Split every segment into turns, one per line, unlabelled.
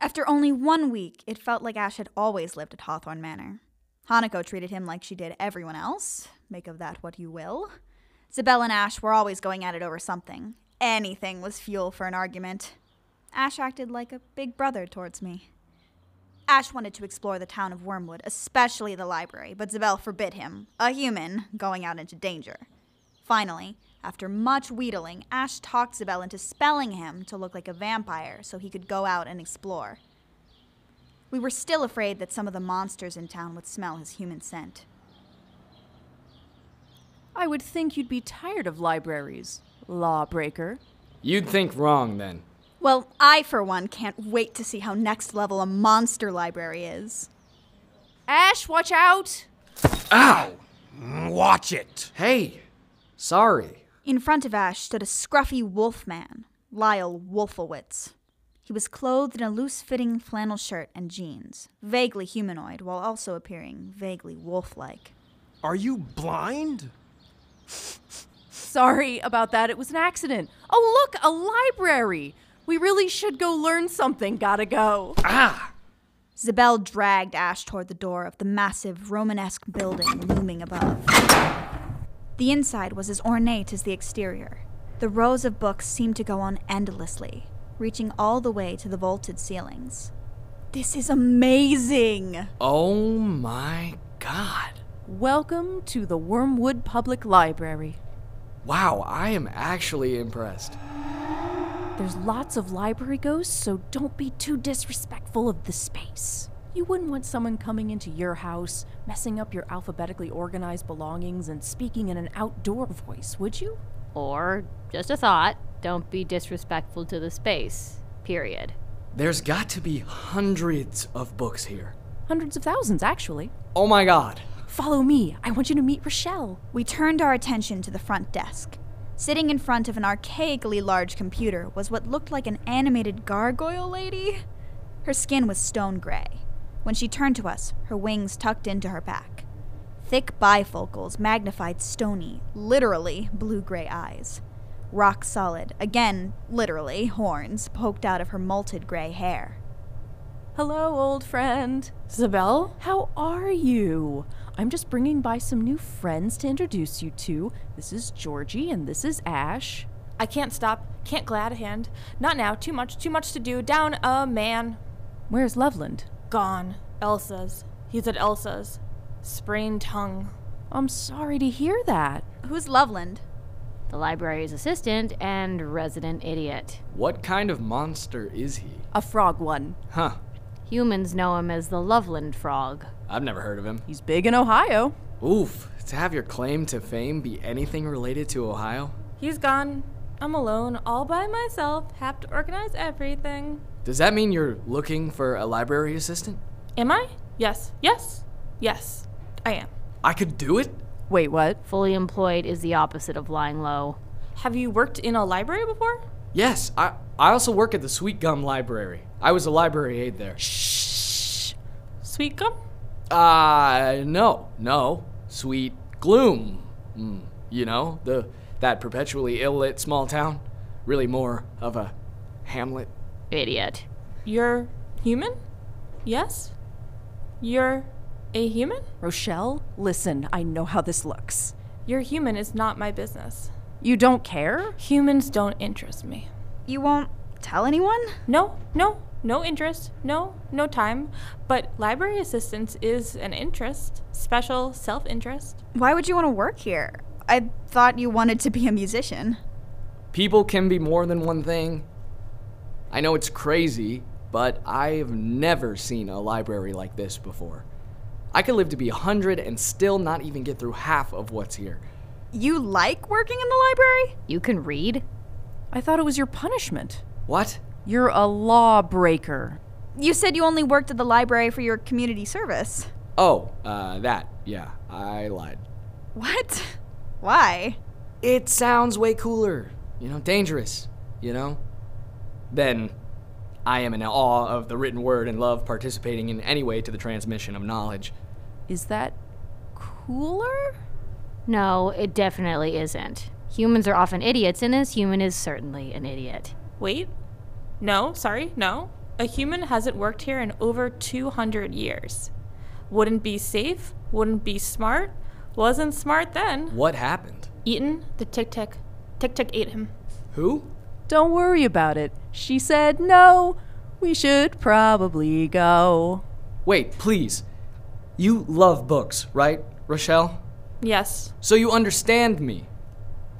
After only one week, it felt like Ash had always lived at Hawthorne Manor. Hanako treated him like she did everyone else. Make of that what you will. Zabel and Ash were always going at it over something. Anything was fuel for an argument. Ash acted like a big brother towards me. Ash wanted to explore the town of Wormwood, especially the library, but Zabel forbid him, a human, going out into danger. Finally, after much wheedling, Ash talked Zabel into spelling him to look like a vampire so he could go out and explore. We were still afraid that some of the monsters in town would smell his human scent.
I would think you'd be tired of libraries, lawbreaker.
You'd think wrong then.
Well, I, for one, can't wait to see how next level a monster library is.
Ash, watch out!
Ow!
Watch it.
Hey! Sorry.
In front of Ash stood a scruffy wolf man, Lyle Wolfowitz. He was clothed in a loose fitting flannel shirt and jeans, vaguely humanoid while also appearing vaguely wolf like.
Are you blind?
Sorry about that, it was an accident. Oh, look, a library! We really should go learn something, gotta go.
Ah!
Zabel dragged Ash toward the door of the massive Romanesque building looming above. The inside was as ornate as the exterior. The rows of books seemed to go on endlessly, reaching all the way to the vaulted ceilings. This is amazing!
Oh my god.
Welcome to the Wormwood Public Library.
Wow, I am actually impressed.
There's lots of library ghosts, so don't be too disrespectful of the space. You wouldn't want someone coming into your house, messing up your alphabetically organized belongings, and speaking in an outdoor voice, would you?
Or, just a thought, don't be disrespectful to the space. Period.
There's got to be hundreds of books here.
Hundreds of thousands, actually.
Oh my god.
Follow me. I want you to meet Rochelle.
We turned our attention to the front desk. Sitting in front of an archaically large computer was what looked like an animated gargoyle lady. Her skin was stone gray. When she turned to us, her wings tucked into her back. Thick bifocals magnified stony, literally blue gray eyes. Rock solid, again, literally, horns poked out of her molted gray hair.
Hello, old friend. Zabel, how are you? I'm just bringing by some new friends to introduce you to. This is Georgie and this is Ash.
I can't stop. Can't glad a hand. Not now. Too much. Too much to do. Down a man.
Where's Loveland?
Gone. Elsa's. He's at Elsa's. Sprained tongue.
I'm sorry to hear that.
Who's Loveland?
The library's assistant and resident idiot.
What kind of monster is he?
A frog one.
Huh.
Humans know him as the Loveland Frog.
I've never heard of him.
He's big in Ohio.
Oof. To have your claim to fame be anything related to Ohio?
He's gone. I'm alone, all by myself. Have to organize everything.
Does that mean you're looking for a library assistant?
Am I? Yes. Yes. Yes. I am.
I could do it?
Wait, what?
Fully employed is the opposite of lying low.
Have you worked in a library before?
Yes, I, I also work at the Sweet Gum Library. I was a library aide there.
Shh. Sweet gum?
Uh, no, no. Sweet gloom. Mm, you know, the that perpetually ill-lit small town. Really more of a hamlet.
Idiot.
You're human? Yes? You're a human?
Rochelle, listen, I know how this looks.
Your human is not my business.
You don't care?
Humans don't interest me.
You won't tell anyone?
No, no, no interest, no, no time. But library assistance is an interest, special self interest.
Why would you want to work here? I thought you wanted to be a musician.
People can be more than one thing. I know it's crazy, but I've never seen a library like this before. I could live to be 100 and still not even get through half of what's here.
You like working in the library?
You can read?
I thought it was your punishment.
What?
You're a lawbreaker.
You said you only worked at the library for your community service.
Oh, uh, that. Yeah, I lied.
What? Why?
It sounds way cooler, you know, dangerous, you know? Then I am in awe of the written word and love participating in any way to the transmission of knowledge.
Is that cooler?
No, it definitely isn't. Humans are often idiots, and this human is certainly an idiot.
Wait. No, sorry, no. A human hasn't worked here in over 200 years. Wouldn't be safe, wouldn't be smart, wasn't smart then.
What happened?
Eaten, the tic tac. Tic tac ate him.
Who?
Don't worry about it. She said, no, we should probably go.
Wait, please. You love books, right, Rochelle?
Yes,
So you understand me.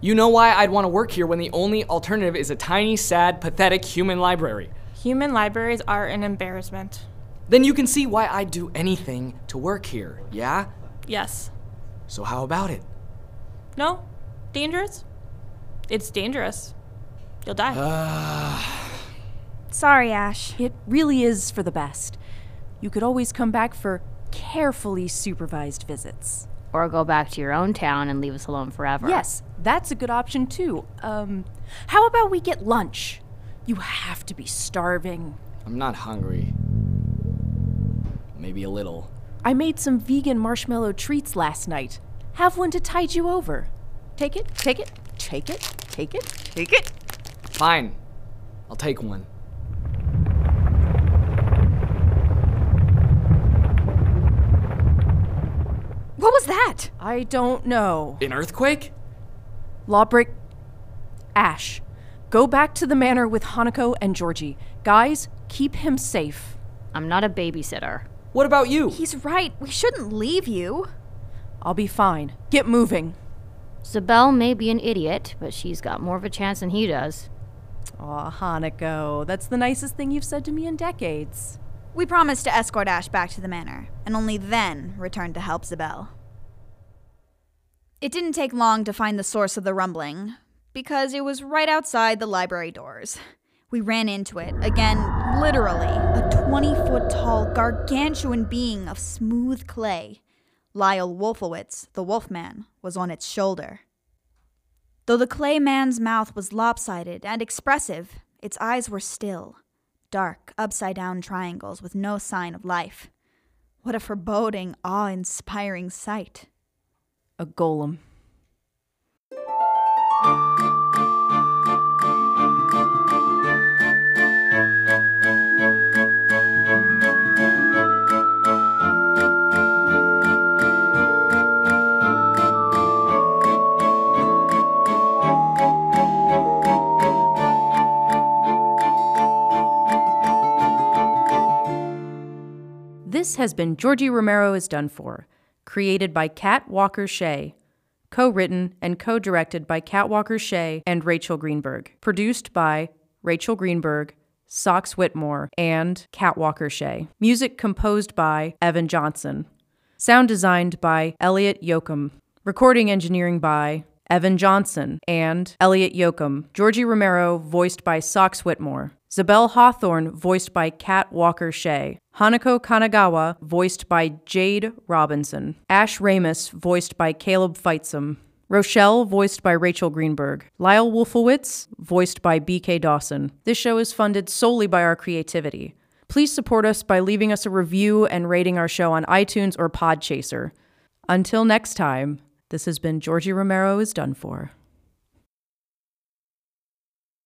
You know why I'd want to work here when the only alternative is a tiny, sad, pathetic human library.
human libraries are an embarrassment.
Then you can see why I'd do anything to work here, yeah?
Yes.
So how about it?
No? Dangerous? It's dangerous. You'll die.
Sorry, Ash.
It really is for the best. You could always come back for carefully supervised visits.
Or go back to your own town and leave us alone forever.
Yes, that's a good option too. Um, how about we get lunch? You have to be starving.
I'm not hungry. Maybe a little.
I made some vegan marshmallow treats last night. Have one to tide you over. Take it, take it, take it, take it, take it.
Fine. I'll take one.
What was that?
I don't know.
An earthquake?
Lawbrick. Ash, go back to the manor with Hanako and Georgie. Guys, keep him safe.
I'm not a babysitter.
What about you?
He's right. We shouldn't leave you.
I'll be fine. Get moving.
Zabel may be an idiot, but she's got more of a chance than he does.
Aw, Hanako, that's the nicest thing you've said to me in decades.
We promised to escort Ash back to the manor, and only then returned to help Zabel. It didn't take long to find the source of the rumbling, because it was right outside the library doors. We ran into it, again, literally, a 20 foot tall, gargantuan being of smooth clay. Lyle Wolfowitz, the wolfman, was on its shoulder. Though the clay man's mouth was lopsided and expressive, its eyes were still dark, upside down triangles with no sign of life. What a foreboding, awe inspiring sight.
A golem. This has been Georgie Romero is Done For, created by Kat Walker Shea, co written and co directed by Kat Walker Shea and Rachel Greenberg, produced by Rachel Greenberg, Sox Whitmore, and Kat Walker Shea. Music composed by Evan Johnson. Sound designed by Elliot Yoakum. Recording engineering by Evan Johnson and Elliot Yoakum. Georgie Romero, voiced by Sox Whitmore. Zabel Hawthorne, voiced by Kat Walker Shea. Hanako Kanagawa, voiced by Jade Robinson. Ash Ramus, voiced by Caleb Feitsum. Rochelle, voiced by Rachel Greenberg. Lyle Wolfowitz, voiced by BK Dawson. This show is funded solely by our creativity. Please support us by leaving us a review and rating our show on iTunes or Podchaser. Until next time, this has been Georgie Romero is Done For.